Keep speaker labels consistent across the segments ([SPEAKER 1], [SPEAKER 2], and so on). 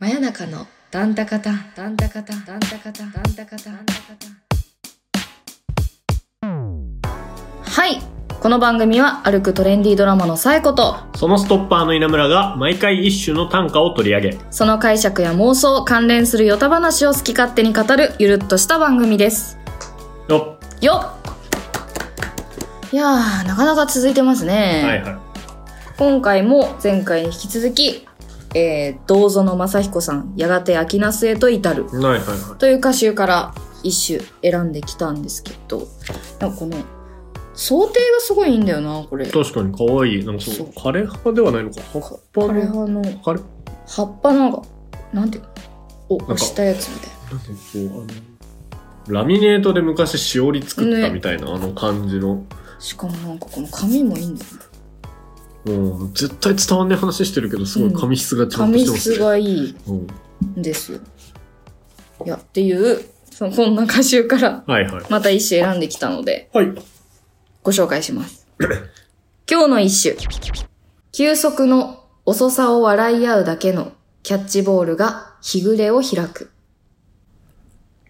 [SPEAKER 1] 真夜中のダンタカタンダンタカタンダンタカタンダンタカタンダンタカタンはいこの番組は歩くトレンディードラマのサエコと
[SPEAKER 2] そのストッパーの稲村が毎回一種の短歌を取り上げ、
[SPEAKER 1] その解釈や妄想関連するヨタ話を好き勝手に語るゆるっとした番組です
[SPEAKER 2] よっ
[SPEAKER 1] よっいやーなかなか続いてますね、
[SPEAKER 2] はいはい。
[SPEAKER 1] 今回も前回に引き続き、えー、銅像の正彦さん、やがて秋ナスへと至る
[SPEAKER 2] はいはいは
[SPEAKER 1] という歌集から一首選んできたんですけど、なんかこの、想定がすごいいいんだよな、これ。
[SPEAKER 2] い。確かに可愛い。なんか
[SPEAKER 1] そ
[SPEAKER 2] そうう、枯れ葉ではないのか。葉っぱ
[SPEAKER 1] 枯れ
[SPEAKER 2] の。
[SPEAKER 1] 葉の
[SPEAKER 2] 枯れ、
[SPEAKER 1] 葉っぱなんか、なんていうのお、
[SPEAKER 2] か
[SPEAKER 1] 押したやつみたいな。
[SPEAKER 2] なんかこう、あの、ラミネートで昔しおり作ったみたいな、あの感じの。
[SPEAKER 1] しかもなんかこの紙もいいんだよね。
[SPEAKER 2] もう、絶対伝わんない話してるけど、すごい紙質がちゃんと
[SPEAKER 1] 紙
[SPEAKER 2] してます
[SPEAKER 1] 質
[SPEAKER 2] ね。
[SPEAKER 1] がいい
[SPEAKER 2] うん
[SPEAKER 1] んですよ。いや、っていう、そのこんな歌集から
[SPEAKER 2] はいはい。
[SPEAKER 1] また一首選んできたので、
[SPEAKER 2] はい。
[SPEAKER 1] ご紹介します。今日の一首。休息の遅さを笑い合うだけのキャッチボールが日暮れを開く。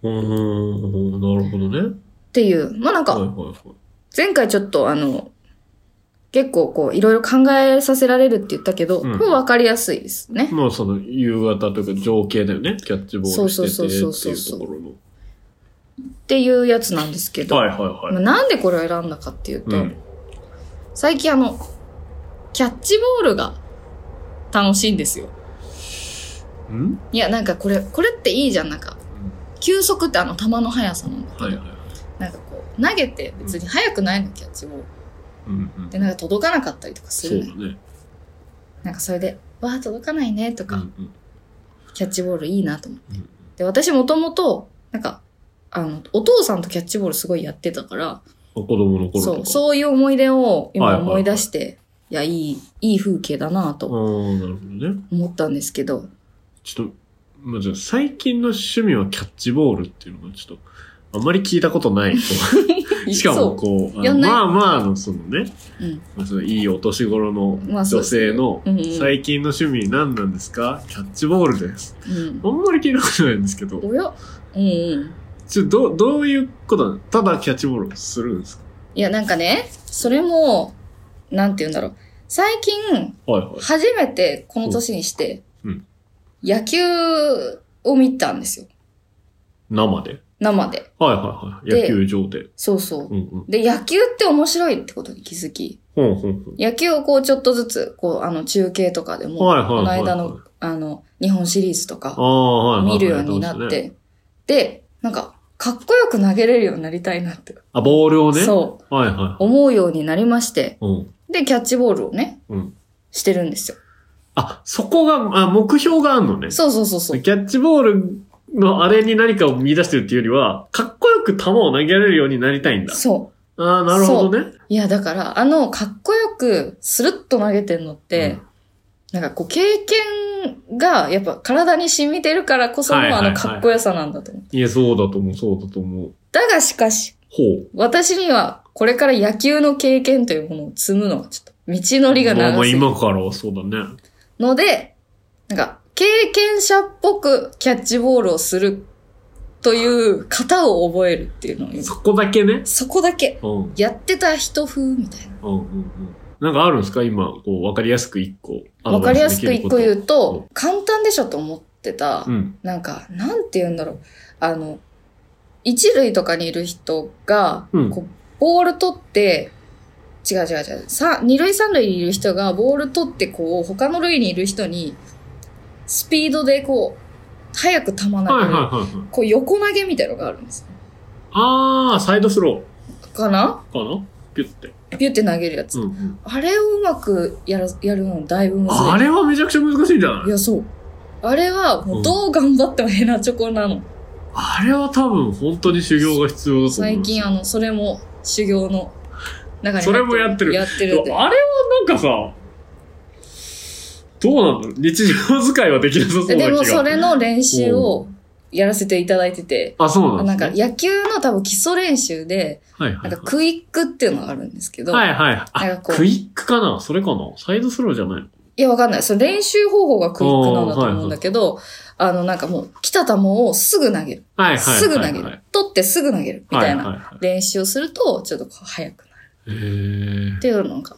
[SPEAKER 2] うーん、なるほどね。
[SPEAKER 1] っていう。まあ、なん
[SPEAKER 2] はい
[SPEAKER 1] か、
[SPEAKER 2] はいはい。
[SPEAKER 1] 前回ちょっとあの、結構こう、いろいろ考えさせられるって言ったけど、
[SPEAKER 2] うん
[SPEAKER 1] もうわかりやすいですね。
[SPEAKER 2] まあその夕方というか情景だよね。キャッチボールしててっていうところの。
[SPEAKER 1] っていうやつなんですけど、
[SPEAKER 2] はいはい
[SPEAKER 1] まあ
[SPEAKER 2] はい。
[SPEAKER 1] なんでこれを選んだかっていうと、
[SPEAKER 2] うん。
[SPEAKER 1] 最近あの、キャッチボールが楽しいんですよ。
[SPEAKER 2] うん
[SPEAKER 1] いや、なんかこれ、これっていいじゃん、なんか。球速ってあの球の速さなんだけど、
[SPEAKER 2] はいはい。
[SPEAKER 1] なんかこう、投げて別に速くないの、キャッチボール。
[SPEAKER 2] うんうん
[SPEAKER 1] で、なんか届かなかったりとかす
[SPEAKER 2] そう
[SPEAKER 1] る
[SPEAKER 2] だ
[SPEAKER 1] のよ。
[SPEAKER 2] ね。
[SPEAKER 1] なんかそれで、わあ、届かないね、と
[SPEAKER 2] う
[SPEAKER 1] か、
[SPEAKER 2] んうん
[SPEAKER 1] キャッチボールいいなと思って。
[SPEAKER 2] うん
[SPEAKER 1] で、私もともと、なんか、あの、お父さんとキャッチボールすごいやってたから、
[SPEAKER 2] 子供の頃とか。
[SPEAKER 1] そう、そういう思い出を
[SPEAKER 2] はい
[SPEAKER 1] 今
[SPEAKER 2] はいはい
[SPEAKER 1] 思い出して、いや、いい、いい風景だなと
[SPEAKER 2] ああ、なるほどね。
[SPEAKER 1] 思ったんですけど、
[SPEAKER 2] ちょっと、まあじゃあ最近の趣味はキャッチボールっていうのがちょっと、あんまり聞いたことない。 しかも
[SPEAKER 1] そ
[SPEAKER 2] こう、あ
[SPEAKER 1] や
[SPEAKER 2] の
[SPEAKER 1] んない
[SPEAKER 2] まあまあのそのね、
[SPEAKER 1] う。うん。
[SPEAKER 2] まあそのいいお年頃の女性の
[SPEAKER 1] まあそうですねうんうん
[SPEAKER 2] 最近の趣味何なんですかキャッチボールです。
[SPEAKER 1] うん
[SPEAKER 2] あ。んまり聞いたことないんですけど。
[SPEAKER 1] おやうんうん。
[SPEAKER 2] ちょ、ど、どういうことなのただキャッチボールをするんですか
[SPEAKER 1] いや、なんかね、それも、なんて言うんだろう。最近、
[SPEAKER 2] はいはい。
[SPEAKER 1] 初めてこの年にして
[SPEAKER 2] うん、
[SPEAKER 1] 野球を見たんですよ。
[SPEAKER 2] 生で。
[SPEAKER 1] 生で。
[SPEAKER 2] はいはいはい。
[SPEAKER 1] で
[SPEAKER 2] 野球場で。
[SPEAKER 1] そうそう
[SPEAKER 2] う。んうん。
[SPEAKER 1] で、野球って面白いってことに気づき、
[SPEAKER 2] ほんほんほん。
[SPEAKER 1] 野球をこうちょっとずつ、こうあの中継とかでも、
[SPEAKER 2] はいはい
[SPEAKER 1] この
[SPEAKER 2] はいはい
[SPEAKER 1] 間の、あの、日本シリーズと
[SPEAKER 2] あ
[SPEAKER 1] か
[SPEAKER 2] あ、はいはいはい。
[SPEAKER 1] 見るようにな
[SPEAKER 2] ど
[SPEAKER 1] っ
[SPEAKER 2] うですね。
[SPEAKER 1] て、で、なんか、かっこよく投げれるようになりたいなって、
[SPEAKER 2] あ、ボールをね。。
[SPEAKER 1] そう
[SPEAKER 2] はいはい。
[SPEAKER 1] 思うようになりまして、
[SPEAKER 2] うん。
[SPEAKER 1] で、キャッチボールをね、
[SPEAKER 2] うん。
[SPEAKER 1] してるんですよ。
[SPEAKER 2] あ、そこが、あ、目標があるのね。
[SPEAKER 1] そうそうそうそう。
[SPEAKER 2] キャッチボールのあれに何かを見出してるっていうよりは、かっこよく球を投げられるようになりたいんだ。
[SPEAKER 1] そう。
[SPEAKER 2] ああ、なるほどね。
[SPEAKER 1] いや、だから、あの、かっこよく、スルッと投げてんのって、なんかこう、経験が、やっぱ体に染みてるからこそ
[SPEAKER 2] はい
[SPEAKER 1] の、
[SPEAKER 2] は
[SPEAKER 1] あ
[SPEAKER 2] いはい
[SPEAKER 1] の、かっこよさなんだと思う。
[SPEAKER 2] いや、そうだと思う、そうだと思う。
[SPEAKER 1] だがしかし、
[SPEAKER 2] ほう。
[SPEAKER 1] 私には、これから野球の経験というものを積むのは、ちょっと、道のりが
[SPEAKER 2] まあま
[SPEAKER 1] 長
[SPEAKER 2] あ
[SPEAKER 1] すぎる
[SPEAKER 2] 今からはそうだね。
[SPEAKER 1] ので、なんか、経験者っぽくキャッチボールをするという型を覚えるっていうのを今、
[SPEAKER 2] そこだけね。
[SPEAKER 1] そこだけ、
[SPEAKER 2] うん。
[SPEAKER 1] やってた人風みたいな。
[SPEAKER 2] うんうんうん。なんかあるんですか今、こう、わかりやすく一個。
[SPEAKER 1] わかりやすく一個言
[SPEAKER 2] う。
[SPEAKER 1] うと、簡単でしょと思ってた、
[SPEAKER 2] うん。
[SPEAKER 1] なんか、なんて言うんだろう。あの、一塁とかにいる人が、
[SPEAKER 2] うん
[SPEAKER 1] こうボール取って、違う違う違う。さ、二塁三塁にいる人がボール取って、こう、他の塁にいる人に、スピードでこう、早く球投げる、
[SPEAKER 2] はいはいはいはい。
[SPEAKER 1] こう、横投げみたいのがあるんです。
[SPEAKER 2] あー、サイドスロ
[SPEAKER 1] かな
[SPEAKER 2] ーかなピュって。
[SPEAKER 1] ピュって投げるやつ。
[SPEAKER 2] うんうん。
[SPEAKER 1] あれをうまくやる、やるのだいぶ難しい。
[SPEAKER 2] あれはめちゃくちゃ難しいんじゃない
[SPEAKER 1] いや、そう。あれは、もうどう頑張ってもヘナチョコなの。
[SPEAKER 2] あれは多分本当に修行が必要だと思う。
[SPEAKER 1] 最近、あの、それも修行の中に入ってる。
[SPEAKER 2] それもやってる
[SPEAKER 1] やって
[SPEAKER 2] い
[SPEAKER 1] る
[SPEAKER 2] や
[SPEAKER 1] って。
[SPEAKER 2] あれはなんかさ、どうなんだろう日常使いはできなさそうな気
[SPEAKER 1] で
[SPEAKER 2] が。
[SPEAKER 1] も、それの練習をやらせていただいてて、
[SPEAKER 2] あ、そうなん
[SPEAKER 1] な
[SPEAKER 2] で
[SPEAKER 1] ん
[SPEAKER 2] す
[SPEAKER 1] か
[SPEAKER 2] ね。
[SPEAKER 1] 野球の多分基礎練習で、
[SPEAKER 2] はいは
[SPEAKER 1] ないん
[SPEAKER 2] は
[SPEAKER 1] か
[SPEAKER 2] い。
[SPEAKER 1] クイックっていうのがあるんですけど、、
[SPEAKER 2] はいいはい。
[SPEAKER 1] なん
[SPEAKER 2] あ、
[SPEAKER 1] かこう
[SPEAKER 2] クイックかなそれかなサイドスローじゃないの
[SPEAKER 1] いや、わかんない。その練習方法がクイックなんだと思うんだけど、あの、なんかもう、来た球をすぐ投げる。
[SPEAKER 2] はいはいはい、はい。
[SPEAKER 1] すぐ投げる。取ってすぐ投げる。みたい
[SPEAKER 2] はい
[SPEAKER 1] な
[SPEAKER 2] はいはい
[SPEAKER 1] 練習をすると、ちょっとこう、速くなる。
[SPEAKER 2] へえ
[SPEAKER 1] っていうのが、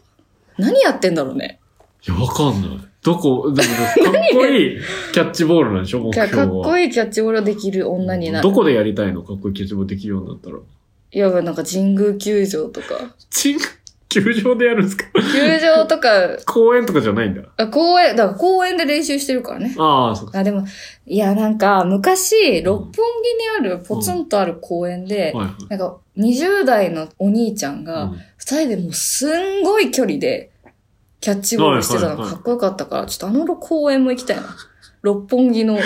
[SPEAKER 1] 何やってんだろうね。
[SPEAKER 2] いや、わかんない。ど こ、でも、かっこいいキャッチボールなんでしょ目
[SPEAKER 1] じゃあ
[SPEAKER 2] 標
[SPEAKER 1] かっこ
[SPEAKER 2] は。
[SPEAKER 1] いいキャッチボールできる女になる
[SPEAKER 2] ど。こでやりたいのかっこいいキャッチボールできるようになったら。
[SPEAKER 1] いや、なんか神宮球場とか。
[SPEAKER 2] ちん、球場でやるんですか
[SPEAKER 1] 球場とか、
[SPEAKER 2] 公園とかじゃないんだ。
[SPEAKER 1] あ公園、だから公園で練習してるからね。
[SPEAKER 2] ああ、そうか。
[SPEAKER 1] あ、でも、いや、なんか、昔、六本木にあるポツンとある公園で、
[SPEAKER 2] はいはい。
[SPEAKER 1] なんか、20代のお兄ちゃんが、二人でもうすんごい距離で、キャッチボールしてたの
[SPEAKER 2] はいはい
[SPEAKER 1] が
[SPEAKER 2] はい
[SPEAKER 1] かっこよかったから、ちょっとあの公園も行きたいな。六本木の、
[SPEAKER 2] うん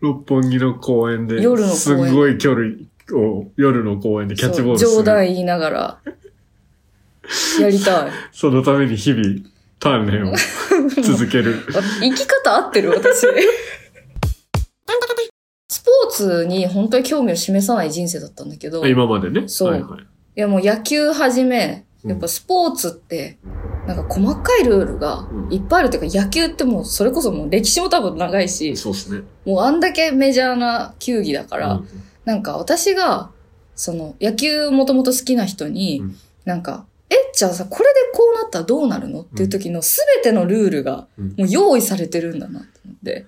[SPEAKER 2] 六本木の公園で、
[SPEAKER 1] 夜の公園
[SPEAKER 2] すんごい距離を夜の公園でキャッチボールする。
[SPEAKER 1] そう冗談言いながら、やりたい。
[SPEAKER 2] そのために日々、鍛 錬を続ける。
[SPEAKER 1] あ生き方合ってる私。スポーツに本当に興味を示さない人生だったんだけど、い
[SPEAKER 2] 今までね。
[SPEAKER 1] そう
[SPEAKER 2] はいはい。
[SPEAKER 1] やもう野球はじめ、
[SPEAKER 2] うん
[SPEAKER 1] やっぱスポーツって、なんか細かいルールがいっぱいあるっていうか、野球ってもうそれこそもう歴史も多分長いし、
[SPEAKER 2] そうですね。
[SPEAKER 1] もうあんだけメジャーな球技だから、
[SPEAKER 2] うん
[SPEAKER 1] なんか私が、その野球もともと好きな人に、
[SPEAKER 2] うん
[SPEAKER 1] なんか、え、じゃあさ、これでこうなったらどうなるのっていう時の全てのルールが
[SPEAKER 2] うん
[SPEAKER 1] もう用意されてるんだなって思って、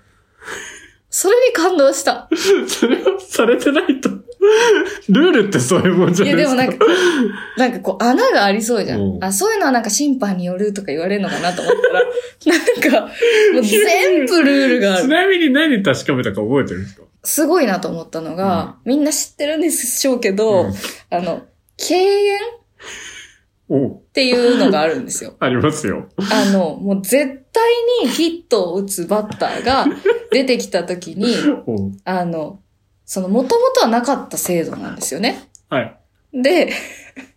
[SPEAKER 1] それに感動した。
[SPEAKER 2] それはされてないと。ルールってそういうもんじ
[SPEAKER 1] い
[SPEAKER 2] ゃな
[SPEAKER 1] や
[SPEAKER 2] いで
[SPEAKER 1] ですも
[SPEAKER 2] か。
[SPEAKER 1] なんか、なんかこう穴がありそうじゃ。
[SPEAKER 2] うんん
[SPEAKER 1] あ、そういうのはなんか審判によるとか言われるのかなと思 ったら、なんか、もう全部ルールがあ
[SPEAKER 2] ち
[SPEAKER 1] る。
[SPEAKER 2] なみに何確かめたか覚えてるんですか
[SPEAKER 1] すごいなと思ったのが、みんな知ってるんでしょうけど、
[SPEAKER 2] うん
[SPEAKER 1] あの、敬遠
[SPEAKER 2] おう
[SPEAKER 1] っていうのがあるんですよ。
[SPEAKER 2] ありますよ。
[SPEAKER 1] あの、もう絶対にヒットを打つバッター が出てきたときに、
[SPEAKER 2] おう
[SPEAKER 1] あの、その、もともとはなかった制度なんですよね。
[SPEAKER 2] はい。
[SPEAKER 1] で、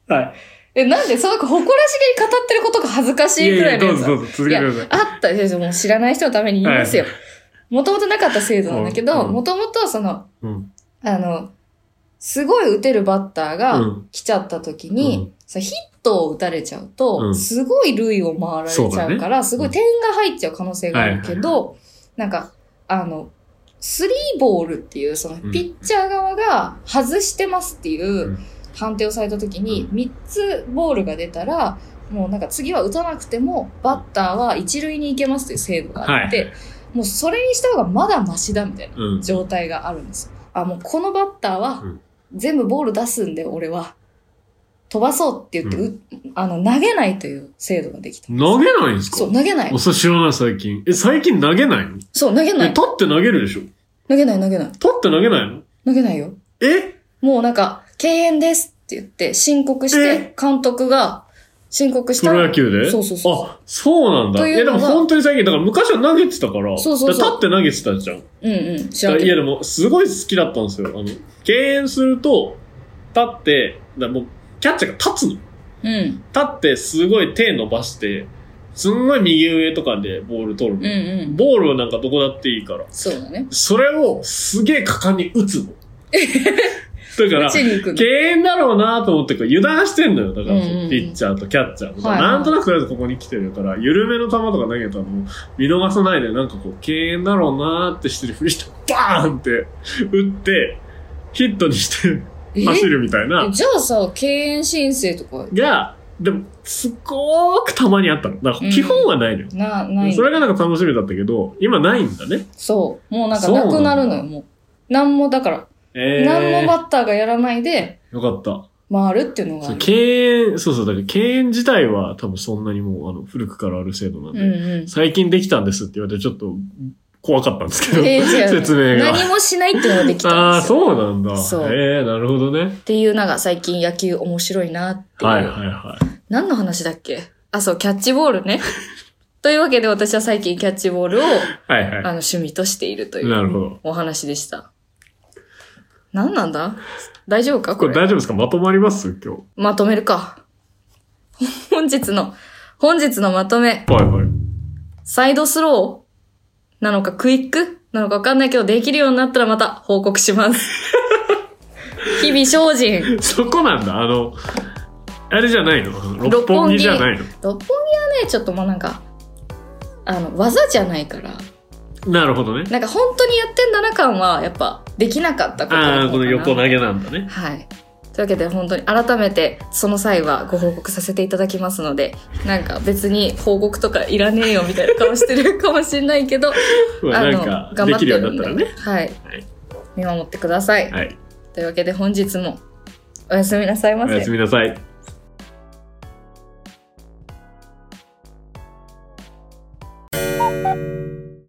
[SPEAKER 2] はい。
[SPEAKER 1] え、なんで、その子誇らしげに語ってることが恥ずかしいくらい
[SPEAKER 2] ど
[SPEAKER 1] の
[SPEAKER 2] う
[SPEAKER 1] やつ
[SPEAKER 2] ぞどうぞ、続けてください。
[SPEAKER 1] あったでしょ、もう知らない人のために言いますよ。もともとなかった制度なんだけど、
[SPEAKER 2] うん
[SPEAKER 1] もともとその、
[SPEAKER 2] うん。
[SPEAKER 1] あの、すごい打てるバッター
[SPEAKER 2] う
[SPEAKER 1] が
[SPEAKER 2] ん
[SPEAKER 1] 来ちゃった時
[SPEAKER 2] う
[SPEAKER 1] に
[SPEAKER 2] ん、
[SPEAKER 1] そのヒットを打たれちゃうと、
[SPEAKER 2] うん
[SPEAKER 1] すごい塁を回られちゃう
[SPEAKER 2] そう
[SPEAKER 1] から、すごい点が入っちゃう可能性があるけど、なんか、あの、スリーボールっていう、その
[SPEAKER 2] うん
[SPEAKER 1] ピッチャー側が外してますっていううん判定をされた時に、
[SPEAKER 2] う
[SPEAKER 1] 3つボールが出たら、もうなんか次は打たなくても、バッターは一塁に行けますという制度があって、
[SPEAKER 2] はい
[SPEAKER 1] もうそれにした方がまだマシだみたいな。
[SPEAKER 2] うん。
[SPEAKER 1] 状態があるんですよ。あ、もうこのバッターは
[SPEAKER 2] うん
[SPEAKER 1] 全部ボール出すんで、俺は。飛ばそうって言って、うあの、投げないという制度ができた。
[SPEAKER 2] 投げないんですか
[SPEAKER 1] そう、投げない
[SPEAKER 2] お。それ知らない最近。え、最近投げないの
[SPEAKER 1] そう、投げ
[SPEAKER 2] え、
[SPEAKER 1] ない。
[SPEAKER 2] 立って投げるでしょ立
[SPEAKER 1] 投げない、投げない。
[SPEAKER 2] って投げないの
[SPEAKER 1] 投げないよ。
[SPEAKER 2] え
[SPEAKER 1] もうなんか、敬遠ですって言って、申告して、監督が申告し
[SPEAKER 2] プ
[SPEAKER 1] たら。
[SPEAKER 2] ロ野球で
[SPEAKER 1] そうそうそ
[SPEAKER 2] あ、そうなんだ。
[SPEAKER 1] と
[SPEAKER 2] い
[SPEAKER 1] い
[SPEAKER 2] や
[SPEAKER 1] う
[SPEAKER 2] で
[SPEAKER 1] のが
[SPEAKER 2] も本当に最近、だから昔は投げてたから、
[SPEAKER 1] そうそうそう
[SPEAKER 2] だから立って投げてたじゃん。
[SPEAKER 1] う。うんうん。知
[SPEAKER 2] だ
[SPEAKER 1] ら
[SPEAKER 2] か
[SPEAKER 1] んけ
[SPEAKER 2] らいや
[SPEAKER 1] ど。
[SPEAKER 2] でも、すごい好きだったんですよ。あの、敬遠すると、立って、だからもう、キャッチャーが立つの。立
[SPEAKER 1] うん。
[SPEAKER 2] って、すごい手伸ばして、すんごい右上とかでボール取
[SPEAKER 1] う
[SPEAKER 2] る
[SPEAKER 1] んう
[SPEAKER 2] の。
[SPEAKER 1] ん。
[SPEAKER 2] ボールはなんかどこだっていいから。
[SPEAKER 1] そうだね。
[SPEAKER 2] それをすげえ果敢に 打つの。だから
[SPEAKER 1] 打、ちに行くの
[SPEAKER 2] 敬。遠だろうなと思って、こう油断してんのよ。だから、
[SPEAKER 1] うんうんうん
[SPEAKER 2] ピッチャーとキャッチャーとか。
[SPEAKER 1] はいはい
[SPEAKER 2] なんとなくとりあえずここに来てるから、緩めの球とか投げたのを見逃さないで、なんかこう、敬遠だろうなってしてるふりして、バーンって打って、ヒットにして
[SPEAKER 1] え
[SPEAKER 2] 走るみたいな
[SPEAKER 1] え。じゃあさ、敬遠申請とか、
[SPEAKER 2] が、でも、すごーくたまにあったの。だから、
[SPEAKER 1] うん
[SPEAKER 2] 基本はないのよ。
[SPEAKER 1] な、ないんだ
[SPEAKER 2] それがなんか楽しみだったけど、今ないんだね。
[SPEAKER 1] そう。もうなんか
[SPEAKER 2] そうな
[SPEAKER 1] なん
[SPEAKER 2] だ
[SPEAKER 1] くなるのよ、もう。なんもだから、
[SPEAKER 2] えー、
[SPEAKER 1] なんもバッターがやらないで
[SPEAKER 2] よかった。
[SPEAKER 1] 回るっていうのがあ
[SPEAKER 2] そう
[SPEAKER 1] る。
[SPEAKER 2] 敬遠、そうそう、だから敬遠自体は多分そんなにもう、あの、古くからある制度なん
[SPEAKER 1] う
[SPEAKER 2] で。
[SPEAKER 1] んうん。
[SPEAKER 2] 最近できたんですって言われてちょっと怖かったんですけど、
[SPEAKER 1] えー違う
[SPEAKER 2] 説明が。
[SPEAKER 1] 何もしないっていうのができたん
[SPEAKER 2] ああー、
[SPEAKER 1] ですよ。
[SPEAKER 2] そうなんだ。
[SPEAKER 1] そう
[SPEAKER 2] ええー、なるほどね
[SPEAKER 1] っ。ていうのが最近野球面白いなっていう。
[SPEAKER 2] はいはいは
[SPEAKER 1] 何の話だっけあ、そう、キャッチボールね。 というわけで私は最近キャッチボールを、
[SPEAKER 2] い。はい
[SPEAKER 1] あの、
[SPEAKER 2] は
[SPEAKER 1] 趣味としていると
[SPEAKER 2] い。
[SPEAKER 1] い
[SPEAKER 2] な
[SPEAKER 1] う
[SPEAKER 2] るほど。
[SPEAKER 1] お話でした。何なんだ大丈夫か
[SPEAKER 2] こ
[SPEAKER 1] こ
[SPEAKER 2] れ
[SPEAKER 1] れ。
[SPEAKER 2] 大丈夫ですかまとまります今日。
[SPEAKER 1] まとめるか。本日の、本日のまとめ。
[SPEAKER 2] はいはい。
[SPEAKER 1] サイドスローなのかクイックなのかわかんないけど、できるようになったらまた報告し ます。日々精進。
[SPEAKER 2] そこなんだ。あの、あれじゃないのあの六本木じゃないの
[SPEAKER 1] 六本木はね、ちょっともうなんか、あの、技じゃないから、
[SPEAKER 2] なるほどね。
[SPEAKER 1] なんか本当にやってんだな感は、やっぱ、できなかったことだった
[SPEAKER 2] あ
[SPEAKER 1] か
[SPEAKER 2] あ、
[SPEAKER 1] な
[SPEAKER 2] この横投げなんだね。
[SPEAKER 1] はい。というわけで本当に改めてその際はご報告させていただきますので、なんか別に報告とかいらねえよみたいな顔してるかもしれないけど、
[SPEAKER 2] まあ
[SPEAKER 1] あ
[SPEAKER 2] な
[SPEAKER 1] の
[SPEAKER 2] んか、
[SPEAKER 1] 頑
[SPEAKER 2] で
[SPEAKER 1] 張って
[SPEAKER 2] きるよ
[SPEAKER 1] る
[SPEAKER 2] うに
[SPEAKER 1] ん
[SPEAKER 2] な
[SPEAKER 1] で
[SPEAKER 2] ったらね。
[SPEAKER 1] はい
[SPEAKER 2] はい。
[SPEAKER 1] 見守ってください。
[SPEAKER 2] はい。
[SPEAKER 1] というわけで本日もおやすみなさいま
[SPEAKER 2] お
[SPEAKER 1] せ
[SPEAKER 2] やす。みなさい。